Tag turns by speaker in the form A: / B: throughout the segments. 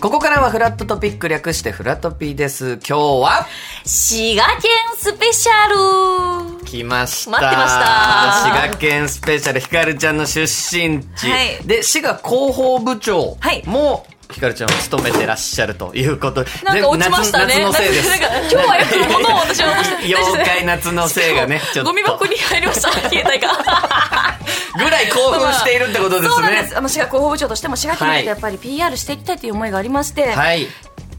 A: ここからはフラットトピック略してフラトピーです。今日は、
B: 滋賀県スペシャル
A: 来ました。
B: 待ってました
A: 滋賀県スペシャル、ひかるちゃんの出身地。
B: はい
A: で、滋賀広報部長
B: はい
A: も、ひかるちゃんを務めてらっしゃるということ。
B: なんか落ちましたね。
A: 全部夏夏のせいです。
B: なんか今日はやつのことを私は思って
A: 妖怪夏のせいがね、ちょっと。
B: ゴミ箱に入りました。携帯が。
A: ぐらい興奮しているってことですね。
B: そうなんです。あの、滋賀広報部長としても、滋賀県
A: は
B: で
A: い
B: やっぱり PR していきたいという思いがありまして、
A: はい。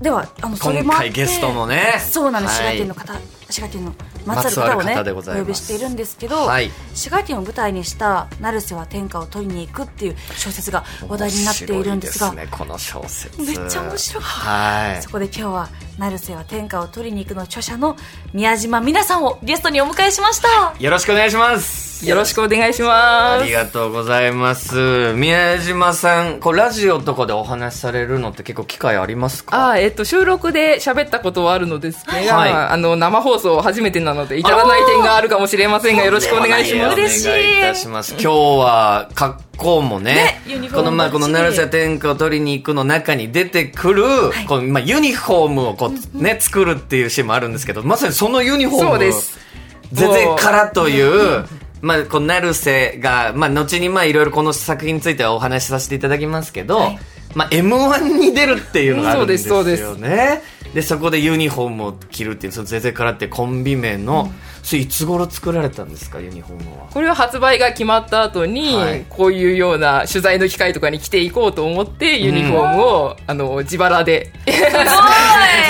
B: では、あの、それ
A: 今
B: もあって
A: 回ゲストもね。
B: そうなの、
A: はい
B: 滋賀県の方、滋賀県のまつわる方
A: ま
B: を
A: つわる方
B: ね
A: でございます
B: お呼びしているんですけど、
A: はい
B: 滋賀県を舞台にした「成瀬は天下を取りに行く」っていう小説が話題になっているんですが
A: 面白いですね、この小説。
B: めっちゃ面白い
A: はい
B: そ。こで今日は「成瀬は天下を取りに行く」の著者の宮島美奈さんをゲストにお迎えしました
A: よろしくお願いします。
C: よろしくお願いし
A: あ
C: ま
A: りがとうございます。宮島さん、こうラジオとかでお話しされるのって結構機会あります
C: す。
A: か
C: あえっと、収録で喋ったことはあるのですけど、
A: はい
C: あの、生放送初めてなので、至らない点があるかもしれませんが、よろしくお願いします。
B: 嬉しい
A: お願いいたします。今日は格好もね
B: ね、ユニフォー
A: こ
B: ム
A: のまあ
B: バッチ
A: こ
B: リ
A: の成瀬天下を取りに行くの中に出てくる、このまあユニフォームをこうね作るっていうシーンもあるんですけど、まさにそのユニフォーム
C: そうです
A: 全然
C: もう
A: からという。まあ、この成瀬が、まあ、後にまあいろいろこの作品についてはお話しさせていただきますけど、まあ、m 1に出るっていうのがあるんですよ
C: そ
A: ね。
C: うですそう
A: ね。で、そこでユニフォームを着るっていう、そのゼゼからってコンビ名の、それいつ頃作られたんですか、ユニフォームは。
C: これは発売が決まった後に、
A: はい
C: こういうような取材の機会とかに着ていこうと思って、ユニフォームを、あの、自腹で、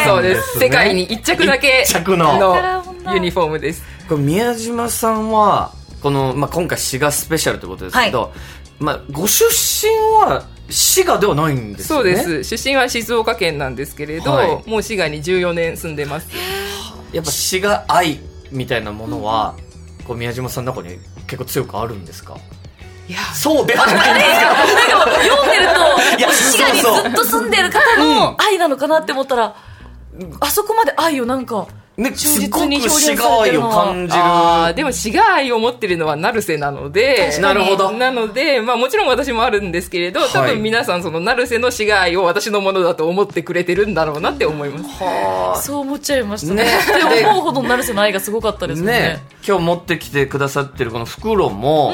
C: そうで
A: です
C: す。
A: ね
C: 世界に一着だけ
A: 一着の
C: のユニフォームです。
A: これ宮島さんは、この、まあ、今回滋賀スペシャルということですけど、まあ、ご出身は滋賀ではないんです
C: そ
A: よ
C: う
A: ね。
C: です。出身は静岡県なんですけれど、
A: はい
C: もう滋賀に14年住んでます。
A: やっぱ詩が愛みたいなものは、こう宮島さんの中に結構強くあるんですか
C: いや
A: そうではないんですか
B: 読んでる
A: いや
B: と滋賀に
A: そうそう
B: ずっと住んでる方の愛なのかなって思ったら、あそこまで愛をなんか
A: ね、す
B: 忠
A: っご
B: 実に
A: く詩
B: 表現
A: が
B: されて
A: 愛
B: る
A: を
B: のは
A: 感じる。
C: あーでも滋賀愛を持ってるのは成瀬なので
B: 確
A: なるほど。
C: なので、まあもちろん私もあるんですけれど、多
A: はい
C: 分皆さんその成瀬の滋賀愛を私のものだと思ってくれてるんだろうなって思います。
A: は
B: そう思っちゃいましたね
A: ね
B: って思うほど成瀬の愛がすごかったで
A: あ
B: すよね
A: ね今日持ってきてくださってるこの袋も、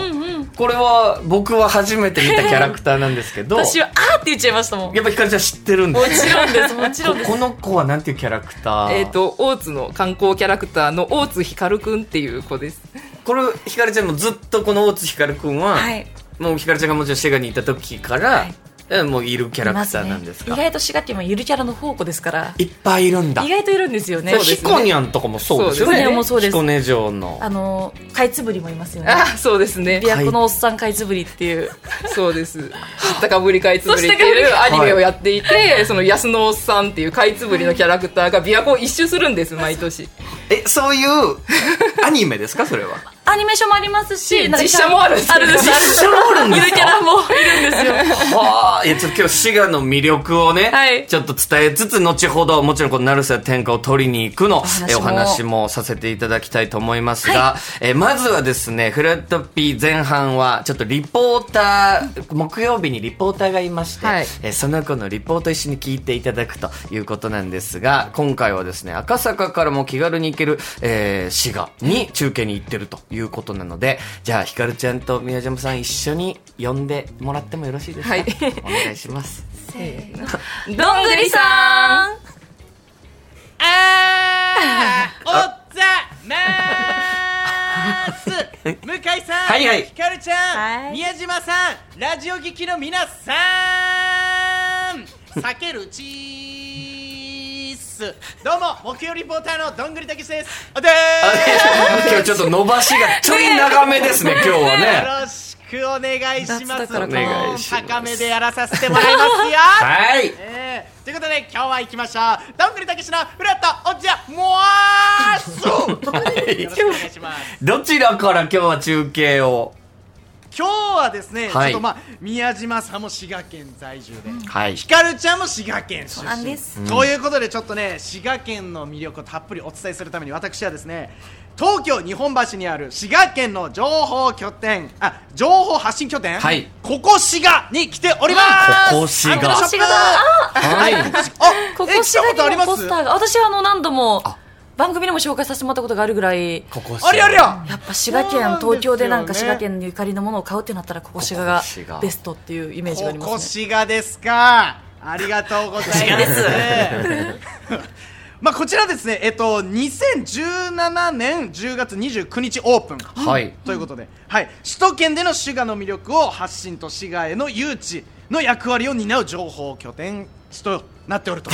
A: これは僕は初めて見たキャラクターなんです けど、や
B: 私はあーって言っちゃいましたもんも
A: っぱひかるちゃん知って るんです
B: ちろんですもちろんです
A: この子はなんていうキャラクター
C: えっ、と、大津の観光キャラクターの大津ひかるくんっていう子です。
A: これひかるちゃんもずっとこの大津ひかるくんは、
B: はい
A: もうひかるちゃんがもちろん滋賀にいた時から、えもういるキャラクターなんです
B: いま
A: か
B: ね、意外と滋賀県はゆるキャラの宝庫ですから
A: いっぱいいるんだ
B: 意外といるんですよね
C: そうです
A: ヒコニャンとかもそうですよね
B: ヒコニャンもそうです
A: ヒコネ城の
B: あのかいつぶりもいますよね
C: あー、 そうですね。
B: 琵琶湖のおっさんかいつぶりっていう
C: そうです。知ったかぶりかいつぶりって
B: 知っ
C: い
B: た
C: う
B: か
C: アニメをやっていて、その安野さんっていうかいつぶりのキャラクターが琵琶湖を一周するんです、毎年。
A: えそういう アニメですかそれは
B: アニメーションもありますしなんか
C: 実写もあるんです
B: あるんです
A: 実写もあるんですか
B: ゆるキャラもいるんですよ
A: はあいやちょっと今日滋賀の魅力をね、
B: はい
A: ちょっと伝えつつ後ほどもちろんこの成瀬天下を取りに行くの
B: 話も
A: えお話もさせていただきたいと思いますが、えまずはですねフラットピー前半はちょっとリポーター木曜日にリポーターがいまして、
C: はい
A: えその子のリポート一緒に聞いていただくということなんですが今回はですね赤坂からも気軽に行ける、えー滋賀に中継に行ってるということなのでじゃあひかるちゃんと宮島さん一緒に呼んでもらってもよろしいですか、
C: はい
A: お願いします
B: どんぐりさん
D: あーおざまーす 向井さん、
A: はいはい
D: ひかるちゃん、
B: はい
D: 宮島さんラジオ劇の皆さん避けるチーズどうも木曜リポーターのどんぐりたけしですおで
A: 今日ちょっと伸ばしがちょい長めですね今日は
D: ー
A: ね
D: よろしくお願いし
B: 夏
D: ま
B: だ
D: す
B: からか
A: お願いします
D: 高めでやらさせてもらいますよ
A: はい
D: えーということで今日は行きましょうどんぐりたけしのフラットおじゃもわーすよろしくお願いします
A: どちらから今日は中継を
D: 今日はですね、
A: はい
D: ちょっとまあ宮島さんも滋賀県在住で、
A: はい
D: ひかるちゃんも滋賀県出
B: うなん
D: 身
B: です
D: ということでちょっとね滋賀県の魅力をたっぷりお伝えするために私はですね東京日本橋にある滋賀県の情報拠点あ情報発信拠点、
A: はい
D: ここ滋賀に来ております
A: ここ滋賀
D: アンテナショップ
B: ここ滋賀だ
A: はい
D: あこ
B: こ
D: こ
B: こ
D: 滋
B: 滋
D: 賀
B: 賀
D: にもあり
B: に
D: ま
B: もポ
D: す
B: スターが私はあの何度も
A: あ
B: 番組でも紹介させてもらったことがあるぐらい
A: ここ
D: ありゃりゃ
B: やっぱ滋賀県
D: そうなんですよね
B: 東京でなんか滋賀県にゆかりのものを買うってなったらここ滋賀が
A: ここ滋賀
B: ベストっていうイメージがありま
D: ここ
B: すね
D: 滋賀ですかありがとうございます
B: 滋賀です
D: まあこちらですねえっと2017年10月29日オープン
A: はい
D: ということで、はい、首都圏での滋賀の魅力を発信と滋賀への誘致の役割を担う情報拠点となってお ると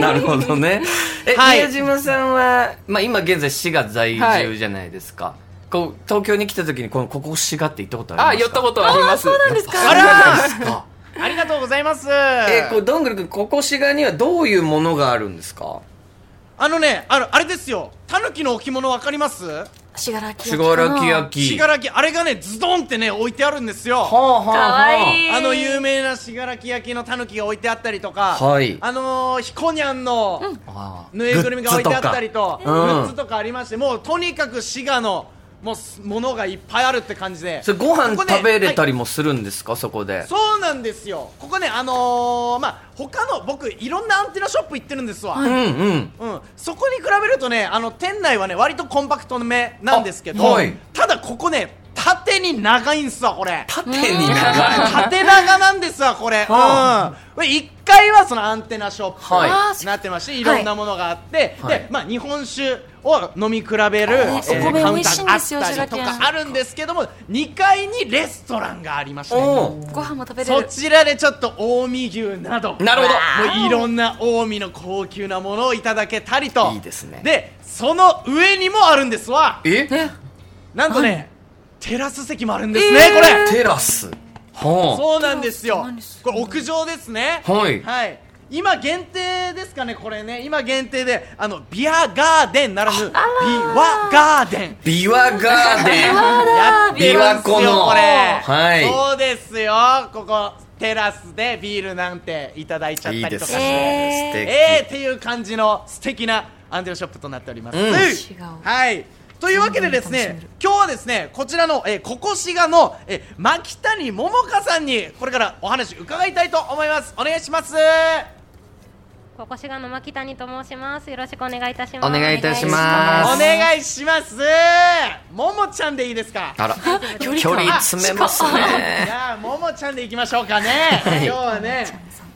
A: なるほどね。え、
D: はい
A: 宮島さんは、まあ、今現在滋賀在住じゃないですか。こう、東京に来た時に、この、ここ滋賀って行ったことあ
C: あ、
A: りま
C: 寄
A: す
C: っ
A: か
C: たことあります。
B: そうなんですか
D: あら
A: あら
D: ありがとうございます
A: え、こう、どんぐりくん、ここ滋賀にはどういうものがあるんですか
D: あのねあのあれですよタヌキの置物わかります
B: しがらき
A: すごらき焼
B: 焼
A: き。
D: 信楽あれがねズドンってね置いてあるんですよ
A: はあはあ
B: か
A: は
B: わ
A: あ。
B: いい
D: あの有名な信楽焼きのタヌキが置いてあったりとか、
A: はい
D: あのー、ひこにゃんの
A: ああ
D: ぬいぐるみが置いてあったりと
A: グ
D: グ
A: ッ
D: ッ
A: ズとかうん
D: ズとかありまして、もうとにかく滋賀のもうすものがいっぱいあるって感じで
A: それご飯
D: ここね
A: 食べれた
D: はい
A: りもするんですかそこで。
D: そうなんですよここねあのー、まあ他の僕いろんなアンテナショップ行ってるんですわ、
A: うんうん。
D: うん、そこに比べるとねあの店内はね割とコンパクトめなんですけど、
A: あはい
D: ただここね縦に長いんすわこれ
A: 縦に長い。
D: 縦長なんですわこれ、
A: は
D: うん、これ1階はそのアンテナショップ、
A: はい
B: あー
D: になってましていろんなものがあって、
A: はい
D: でまあ、日本酒を飲み比べる、
A: あーお米
D: カウン
B: 美味
D: タ
B: しい
D: ー
B: ん
D: があ
B: で
D: っ
B: すよ
D: たりと
B: 滋賀
D: か
B: 県
D: あるんですけども2階にレストランがありまして、
A: おう
B: ご飯も食べれ
D: そ
B: る
D: ちらでちょっと近江牛など
A: なるほど
D: もういろんな近江の高級なものをいただけたりと
A: いいですね
D: でその上にもあるんですわ
A: え
B: え
D: なんとねテラス席もあるんですね、これ
A: テラス。は
D: そうなんですよ
B: 何す。
D: これ屋上ですね。
A: はい
D: 今限定ですかね、これね。今限定で、あの、ビアガーデンならぬ、ビワガーデン
A: あ。。ビワガーデン。
D: やってま
A: 琵琶
D: すよ、
A: 湖の
D: これ。
A: はい
D: そうですよ。ここ、テラスでビールなんていただいちゃったりとかして。
B: いいですね
D: えー、っていう感じの素敵なアンテナショップとなっております。
A: うん
B: 滋賀を
D: はい。というわけでです
B: うん楽
D: ね
B: しめる、
D: 今日はですね、こちらの、えー、ここ滋賀の、えー、牧谷桃香さんに、これからお話伺いたいと思います。お願いします。
E: ここしがの牧谷と申します。よろしくお願いいたし
A: お
E: ます。
A: 願いいたし
D: お
A: ます。
D: 願いします。ももちゃんでいいですか
A: あら、
B: 距離感
A: 距離詰めますね
D: じ。ゃあ、ももちゃんでいきましょうかね。
A: い
D: 今日はね。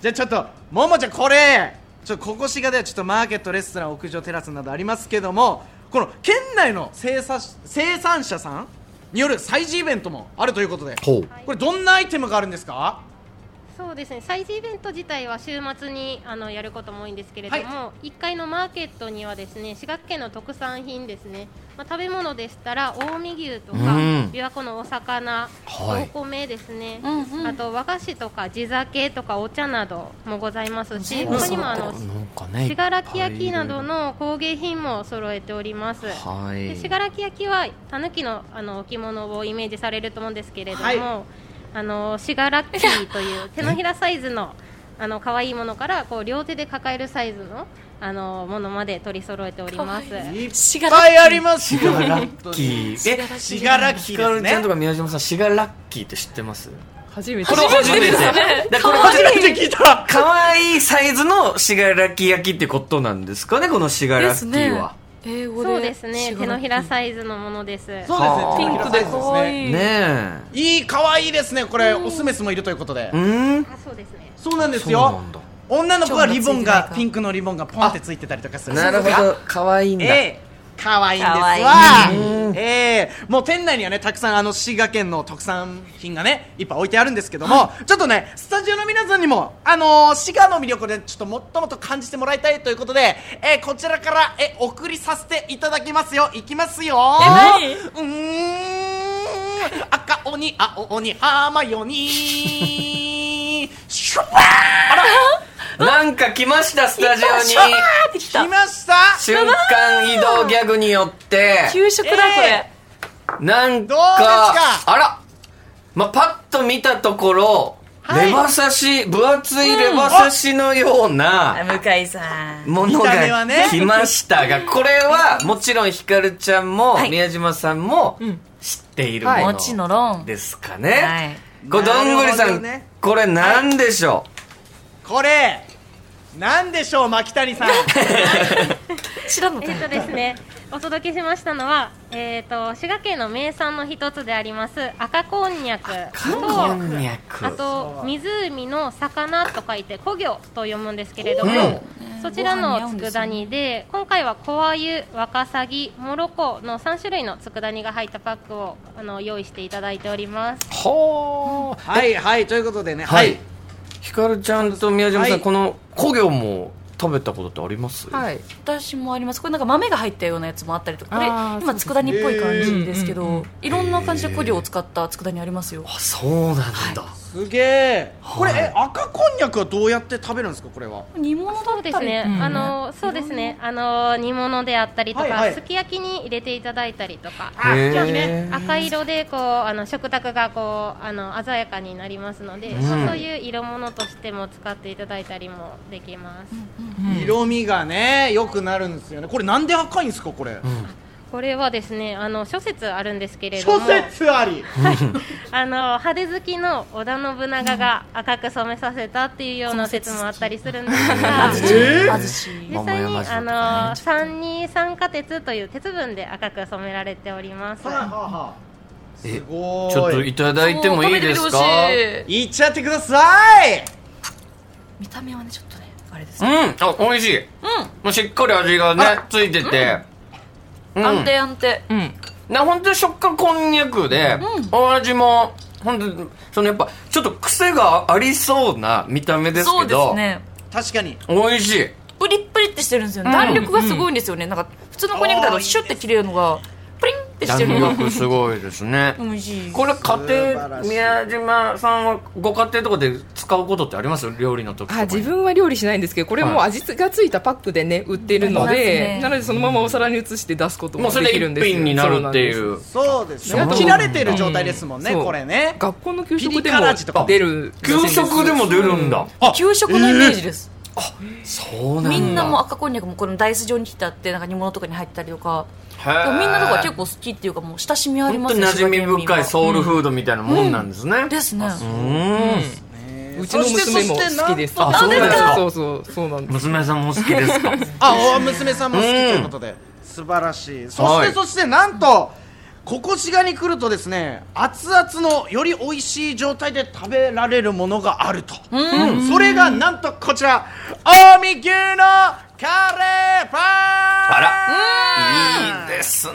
D: じゃあちょっと、ももちゃん、これ、ちょっとここ滋賀ではちょっとマーケット、レストラン、屋上テラスなどありますけども、この県内の生産生産者さんによる催事イベントもあるということで、
A: ほう。
D: これ、どんなアイテムがあるんですか
E: そうですね。祭事イベント自体は週末にあのやることも多いんですけれども、
D: は
E: 1階のマーケットにはですね、滋賀県の特産品ですね。まあ食べ物でしたら近江牛とか
A: うん
E: 琵琶湖のお魚、
A: はい
E: お米ですね、
B: うんうん
E: あと和菓子とか地酒とかお茶などもございますし、
B: 全部
E: 他にもあ
A: な
E: の
A: んかね
E: 信楽焼きなど。の工芸品も揃えております。
A: は
E: で
A: い。
E: 信楽焼はたぬきのあの置物をイメージされると思うんですけれども、
D: はい
E: あの信楽キという手のひらサイズのあの可愛いものからこう両手で抱えるサイズのあのものまで取り揃えております。
D: いっ
B: 滋賀
D: ぱいありますよ
A: シガラッキー。え、
B: え
D: 滋賀ラッキ
A: ヒ
D: ー
A: カ
D: です
A: ルちゃんと
D: ね
A: か宮島さん、シガラッキーって知ってます
C: 初めて。
A: これ初めて。だからこ
D: 初
A: れ
D: めて聞いた
A: 可愛いサイズのシガラキ焼きってことなんですかね、このシガラ
B: で
A: キ
B: す
A: ー
B: ね
A: は。
B: 英語で
E: そうですね。手のひら
B: イ
E: サイズのものです。
D: そうですね
A: はあ
D: 手のひらサイズですね
B: かわい
A: ね
B: い
A: え。
D: いい可愛いですねこれオスメスもいるということで
A: うん
E: あ、そうですね。
D: そうなんです
A: そうな
D: よ
A: んだ
D: 女の子はリボン
B: ちょっとついてない
D: が
B: か
D: ピンクのリボンがポンってついてたりとかする
A: なるほど、可愛いんだ。
D: ええ可愛いんですわ
B: 可
A: 愛い
D: ええもう店内にはねたくさんあの滋賀県の特産品がねいっぱい置いてあるんですけども、ちょっとねスタジオの皆さんにもあのー滋賀の魅力をねちょっともっともっと感じてもらいたいということで、えーこちらから、えー送りさせていただきますよいきますよ
B: 何
D: うーん赤鬼青鬼ハーマヨニーシュッパ
A: なんか来ました、スタジオに。
B: ーってき
D: ー
B: た
D: 来ました
A: 瞬間移動ギャグによって。
B: 給食だこ
D: え
B: れ
A: なん
D: どうです
A: か、
D: か
A: あら、まあ、パッと見たところ、レバ刺し、分厚いレバ刺しのような
B: 向井さん。
A: もの
D: 見た目は
A: が
D: ね
A: 来ました が、これはもちろんひかるちゃんも
B: はい
A: 宮島さんも知っているも
C: はい
B: もちのろん。
A: のですか
B: は
A: ね。
B: い。
A: これどんぐりさ
D: なる
A: ん
D: ほどね、
A: これなんでしょ
D: これなんでしょう牧谷さん
B: 知らんのか
E: えっとですね、お届けしましたのは、えっ、と滋賀県の名産の一つであります赤こんにゃく
A: うこん
E: と。
A: にゃく
E: あ。と湖の魚と書いて小魚と読むんですけれども、
A: うん
E: そちらの佃煮で今回は小鮎、ワカサギ、モロコの3種類の佃煮が入ったパックをあの用意していただいております。
A: ほー。
D: はいはいということでね
A: はい。ひかるちゃんと宮島さ
D: は
A: ん、
D: い
A: この古魚も食べたことってあります
C: はい
B: 私もありますこれなんか豆が入ったようなやつもあったりとかこれ
C: あー
B: 今
C: そうです
B: 佃煮っぽい感じですけ
C: うんうん
B: ど
C: うん
B: いろんな感じで古料を使った佃煮ありますよ
A: あ、そうなんだ。
D: すげえこれ、
A: はい
D: え赤こんにゃくはどうやって食べるんですかこれは
B: 煮物だ
E: そう
B: っ
E: で
B: た
E: す
B: り
E: ね、
C: うん
E: あのそうですね、あの煮物であったりとか、
D: はいはい
E: すき焼きに入れていただいたりとか、
A: あへー
E: ちょっとね赤色でこうあの食卓がこうあの鮮やかになりますので、
A: うん
E: まあそういう色物としても使っていただいたりもできます。
D: 色味がね良くなるんですよねこれなんで赤いんですかこれ、
E: これはですね、あの諸説あるんですけれど
D: 諸
E: も、
D: 説あり
E: あの派手好きの織田信長が赤く染めさせたっていうような説もあったりするんですが。
A: え
B: あずし
E: 実際に
A: 桃山城
E: あ
A: とか
E: の三二酸化鉄という鉄分で赤く染められております。
D: はいはいはい
A: え
D: すごーい
A: ちょっといただいてもいいですか
D: いっちゃってください
B: 見た目はねちょっとねあれです
A: うん、あ、美味しい。もうしっかり味がね、ついてて。うん。
B: 安定安定
C: うん
A: な、本当に食感こんにゃくで、お味も、本当にそのやっぱ、ちょっと癖がありそうな見た目です
B: そ
A: け
B: うです
A: ど、
B: ね
D: 確かに
A: 美味しい。
B: プリップリってしてるんですよね
A: うん
B: 弾力がすごいんですよねなんか普通のこんにゃくだ
D: あ
B: と
D: ー
B: シュッて切れるのがプリンってしてる
A: 弾
B: のが
A: 力すごいですね。
B: 美味しい
A: これ家
D: 素晴
A: 庭
D: らしい
A: 宮島さんはご家庭とかで使うことってあります料理の時とか
C: あ
A: に
C: 自分は料理しないんですけどこれも
A: は
C: う味がついたパックでね売ってるの
B: あります
C: で、
B: ね
C: なのでそのままお皿に移して出すこと
A: も
C: も
A: うそ
C: で
A: れ
C: き
A: で
C: るんです
A: 一
C: よ
A: 品になるってい
C: そうなん
A: う
C: で
D: そうです
A: そ
D: ね
A: うなんだ
D: 切られてる状態ですもんね、
C: うん
D: これ
C: す
D: ね
C: 学校の給
D: ピ
C: 食
D: リ
C: で
D: 辛
C: も
D: 味とか
C: 出る
A: 給食でも出るんだ、
B: 給食のイメージです
A: そうなんだ
B: みんなもう赤こんにゃくもこのダイス状に切ってあってなんか煮物とかに入ってたりとか
A: へ
B: だから
A: ー
B: みんなだから結構好きっていうかもう親しみあり
A: 本
B: ま
A: 当
B: す
A: に
B: ね
A: 馴染み
B: 滋賀県民は
A: 深いソウルフードみたいなもんなんですね、うん
B: ですね
A: うん
C: うちの娘も好きです
A: あそうなんですか
C: そうそうそうなんです
A: 娘さんもお好きですか
D: あお娘さんも好きということで、素晴らしいそして、
A: はい
D: そしてなんとここ滋賀に来るとですね熱々のより美味しい状態で食べられるものがあると、それがなんとこちら近江牛のカレーパン
A: あらいいですね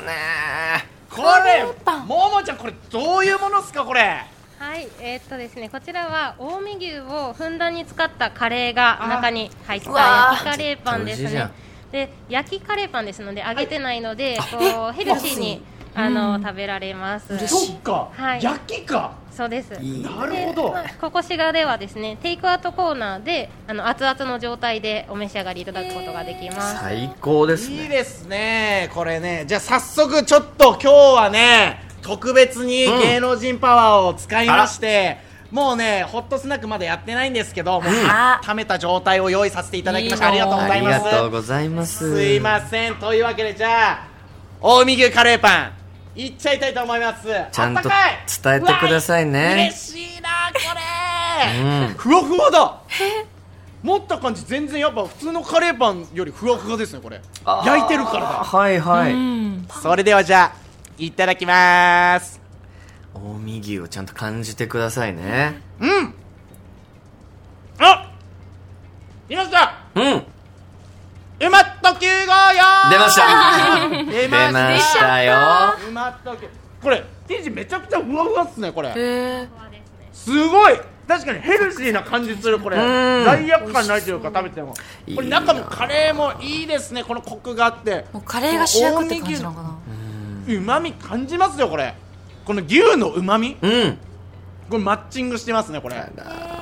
D: これももちゃんこれどういうものっすかこれ
E: はい、えーっとですね、こちらは近江牛をふんだんに使ったカレーが中に入った
B: うわー
E: 焼きカレーパンです
A: 絶対美味しいじゃ
E: ね
A: ん。
E: で、焼きカレーパンですので揚げてないので、こうヘルシーにあの食べられます。
D: そっか、
E: はい
D: 焼きか
E: そうです。
D: なるほど、
E: でまあここ滋賀ではですね、テイクアウトコーナーであの熱々の状態でお召し上がりいただくことができます。
A: 最高です
D: いい
A: ね
D: ですねこれねじゃあ早速ちょっと今日はね特別に
A: うん
D: 芸能人パワーを使いまして、もうねホットスナックまでやってないんですけど、もう
B: あ
D: 溜めた状態を用意させていただきまして
B: い
D: あ
B: い
D: り
B: な
D: がとうござい
A: あ
D: ます
A: りがとうございます
D: すいませんというわけでじゃあ近江牛カレーパンいっちゃいたいと思います
A: ちゃん
D: あ
A: と
D: ったかい
A: 伝えてくださいう
D: わ
A: ね
D: 嬉しいなこれ、
A: うん
D: ふわふわだ持った感じ全然やっぱ普通のカレーパンよりふわふわですねこれ焼いてるからだ
A: はいはい
D: それではじゃあいただきます
A: 近江牛をちゃんと感じてくださいね
D: うんあいました
A: うん
D: うまっと九五よ
A: 出ました
D: 出
A: 出ましたよ
D: うまっと九これ生地めちゃくちゃふわふわっすねこれ
B: へえ
D: すごい確かにヘルシーな感じするこれ
A: ん
D: 罪悪感ないというか食べてもこ
A: い
D: れ
A: いな
D: 中もカレーもいいですねこのコクがあって
B: もうカレーが主役って感じなのかな
D: うまみ感じますよこれこの牛のうまみ
A: うん
D: これマッチングしてますねこれ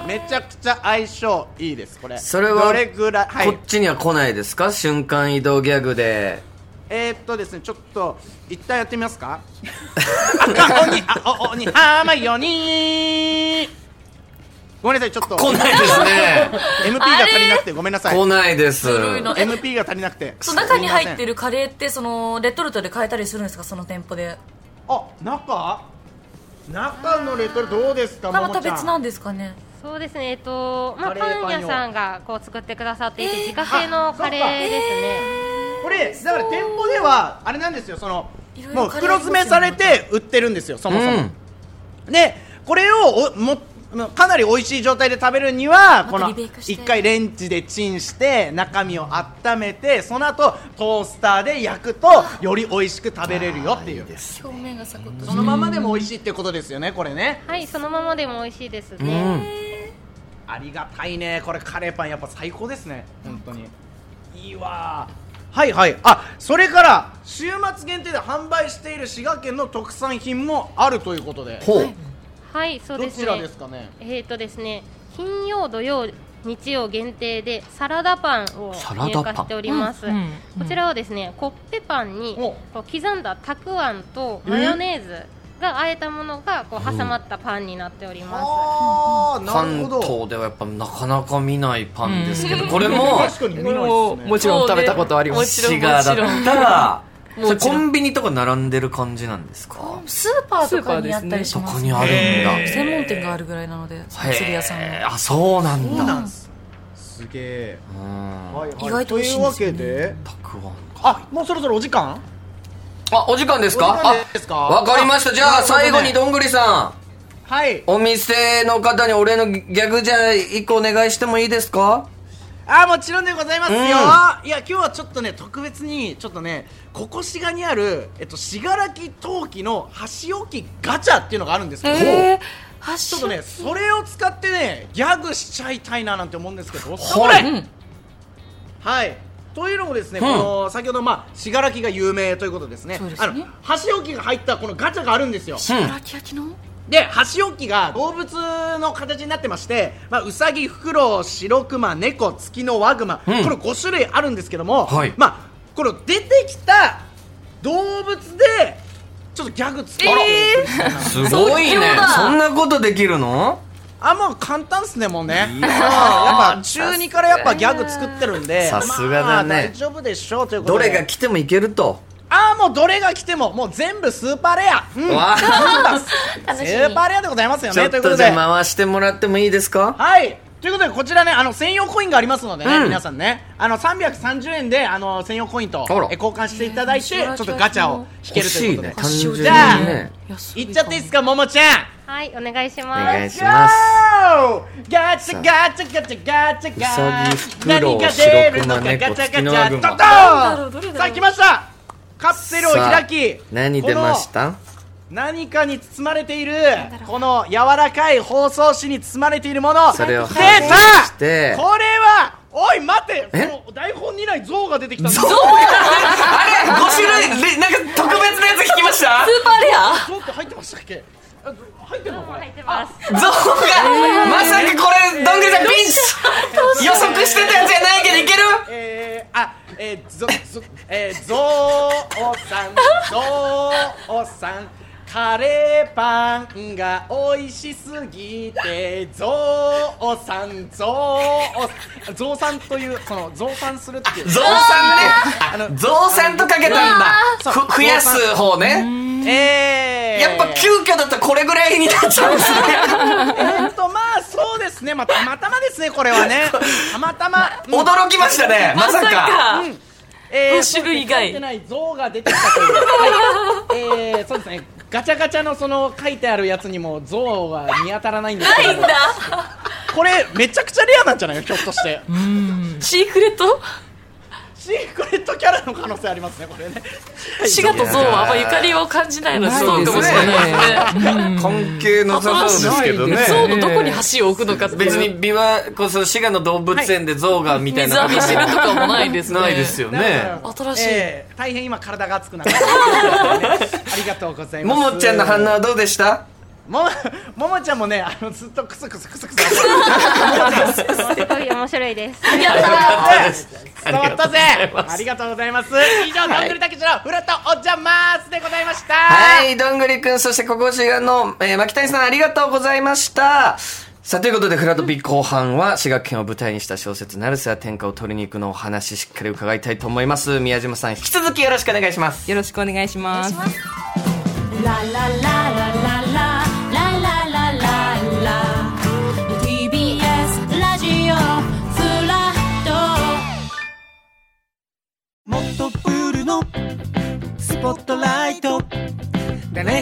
D: めちゃくちゃ相性いいですこれ
A: それは
D: どれぐらいは
A: こ
D: い
A: っちには来ないですか瞬間移動ギャグで
D: えー、っとですねちょっと一旦やってみますか赤鬼青鬼ハーマイオニーごめんなさいちょっと
A: 来ないですね。
D: MP が足りなくてごめんなさい
A: 来ないです。
B: ずるいな
D: MP が足りなくて
B: そう中に入って
D: る
B: るカレーってそのレトルトで買えたりするんですかその店舗で
D: あ中中のレトルトどうですか
B: ま
D: も
B: た
D: もちゃん
B: 別なんですかね
E: そうですね、えっと、まあ、
D: カレー
E: パ
D: パン
E: ン
D: 用
E: 屋さんがこう作ってくださっていて、
B: えー
E: 自家製のカレーですね。
D: これだから店舗ではあれなんですよその
B: いろいろ
D: もう袋詰めされて売ってるんですよそもそも、でこれをおもかなり美味しい状態で食べるには
B: また
D: この
B: リベイクして
D: 1回レンジでチンして中身を温めてその後トースターで焼くとより美味しく食べれるよっていう
B: 表面がサクッと
D: そのままでも美味しいってことですよねこれね
E: はい、そのままでも美味しいです
A: うん。う
E: ね。
A: ん。
D: ありがたいねこれカレーパンやっぱ最高ですね本当にいいわはいはいあそれから週末限定で販売している滋賀県の特産品もあるということで
A: ほう。
E: はい、そう
D: ど
E: です
D: ち
E: ね。
D: らですかね
E: えー、っとですね、金曜、土曜、日曜限定でサラダパンを
A: サラダ
E: 入
A: パン
E: 荷しております。
C: うんうん
E: こちらはですね、コッペパンに
D: お
E: こう刻んだたくあんとマヨネーズが和えたものがこう挟まったパンになっております。
D: ああなる
A: 関
D: ほど
A: 東ではやっぱなかなか見ないパンですけど、
C: うん
A: これも
D: 確かに見ない
C: これ
D: です
C: も
D: ね
C: もちろん食べたことあります
B: も
A: 滋
B: ち
A: 賀だ
B: ろ
A: っ
B: んもちろん
A: たらそ
C: も
A: れ
C: ちろ
A: コ
C: ん
A: ンビニとか並んでる感じなんですか
B: スーパーとかにあったりし
A: そ
B: ま
A: こ
B: す
A: にあるんだ
D: へ
A: へ
B: 専門店があるぐらいなのでその釣り屋さん
A: え
B: の
A: あそうなん
D: そう
A: だ
D: なんですすげえ、
A: うん
D: はいはい
B: 意外と美味しいんですよね
D: というわけで
A: たくあんか
D: あもうそろそろお時間
A: あお時間です
D: お時
A: か
D: 間ですか
A: あわかりましたじゃあ
D: なるほどね
A: 最後にどんぐりさん
D: はい
A: お店の方に俺のギャグじゃあ一個お願いしてもいいですか
D: あもちろんでございますよ、
A: うん
D: いや今日はちょっとね特別にちょっとねここ滋賀にあるえっと信楽陶器の箸置きガチャっていうのがあるんですけど、
B: え
D: ち
B: ち
D: ょっとねそれを使ってねギャグしちゃいたいななんて思うんですけど
A: ほれ
D: はいというのもですね、
A: うん
D: この先ほどまあ信楽が有名ということですね
B: そうですね
D: あの箸置きが入ったこのガチャがあるんですよ
A: うん
B: ラキ焼きの
D: で箸置きが動物の形になってまして、まあ、ウサギ、フクロウ、シロクマ、猫、ツキノワグマ、
A: うん
D: これ5種類あるんですけども、
A: はい
D: まあ、この出てきた動物でちょっとギャグ作ろう、
A: すごいね
B: 即興だ
A: そんなことできるの
D: あもう簡単っすねもうね うんやっぱ中2からやっぱギャグ作ってるんで
A: さすがだね
D: まあ大丈夫でしょうということ
A: ど
D: で
A: れが来てもいけると
D: ああもうどれが来てももう全部スーパーレア、うん、
A: わ
D: ス ーパーレアでございますよ
A: ちょ
D: ね
A: っ
D: ということと
A: じ
D: で
A: ゃあ回してもらってもいいですか
D: はい。ということで、こちらね、あの、専用コインがありますのでね、
A: うん
D: 皆さんね、あの、330円で、あの、専用コインと
A: あら
D: え交換していただいて、ち
B: え
D: ょ
B: ー
D: っとガチャを引ける
A: 欲
D: とい
A: し
D: うこ
A: い
D: と
A: ね
D: で。
A: 単純に
D: じゃあ
A: ね
D: いっちゃっていいですか、ももちゃん
E: はい、お願いし
A: お
E: ます。
A: 願いします
D: ゴーガチャガチャガチャガチャガチャ
A: ウサギフクロウ白熊猫ツキノワグマ
D: ドド
B: なんだろうど
D: ー
B: れだろ
D: ン
B: う
D: さあ来ましたカプセルを開き
A: さあ何出ました
D: 何かに包まれているこの柔らかい包装紙に包まれているもの
A: それを
D: 出
A: 外
D: た
A: し
D: これ
A: て
D: はおい待て
A: え
D: この台本にない象が出てきた
A: 象があれ5種類でなんか特別なやつ聞きました
B: スーパーレア
D: 象って入ってましたっけあ入ってんのこ
E: 入
D: れ
E: ってます。
A: 象がまさかこれどんぐりさんピンチ予測してたやつじゃないけどいける
D: えー、あえー、ぞぞえー、ゾウさんゾウさんカレーパンが美味しすぎてゾウさんゾウゾウさんというそのゾウさんするっていう
A: ゾウさ
D: あ
A: ん
D: の
A: ねゾウさんとかけたんだ
D: そう
A: ふ増やす方ね
D: えー、
A: やっぱ急遽だとこれぐらいになっちゃうんですね
D: えっとまあそうですねまあたまたまですねこれはねたまたま、うん
A: 驚きまし たねまさか
B: うん
D: え
B: 5種類以外
D: 書いてない像が出てきたという、はい えー、そうですねガチャガチャのその書いてあるやつにも像が見当たらないんですけ
B: な
D: ど
B: いんだ
D: これめちゃくちゃレアなんじゃないのひょっとして
B: シークレット
D: シークレットキャラの可能性ありますねこれね
B: 滋賀とゾウはあんまゆかりを感じないので
C: ない
B: そうかもしれないですね
A: 関係なさそうですけどね
C: ないです
B: ゾウのどこに橋を置くのかっていう
A: 別に琵琶湖その滋賀の動物園で象がみたい
B: 水
A: な
B: 浴びしてるとかもないですね
A: ないですよね
B: 新しい
D: えー大変今体が熱くなってます、ありがとうございま
A: も
D: す
A: もちゃんの反応はどうでした
D: もももちゃんもねあのずっとクスクスクスクス伝
E: すごい面白いです。
B: やったー
D: わったぜありがとうございます以上どんぐりたけしのフラットおじゃまーすでございました
A: はい、どんぐりくん、そしてここ滋賀の、えー、牧谷さんありがとうございました。さあ、ということで、フラドビ後半は、滋賀県を舞台にした小説、ナルセは天下を取りに行くのお話、しっかり伺いたいと思います。宮島さん、引き続きよろしくお願いします。
C: よろしくお願いします。
F: La la la la la la la la la la la TBS ラジオフラット
G: もっとプールのスポットライト誰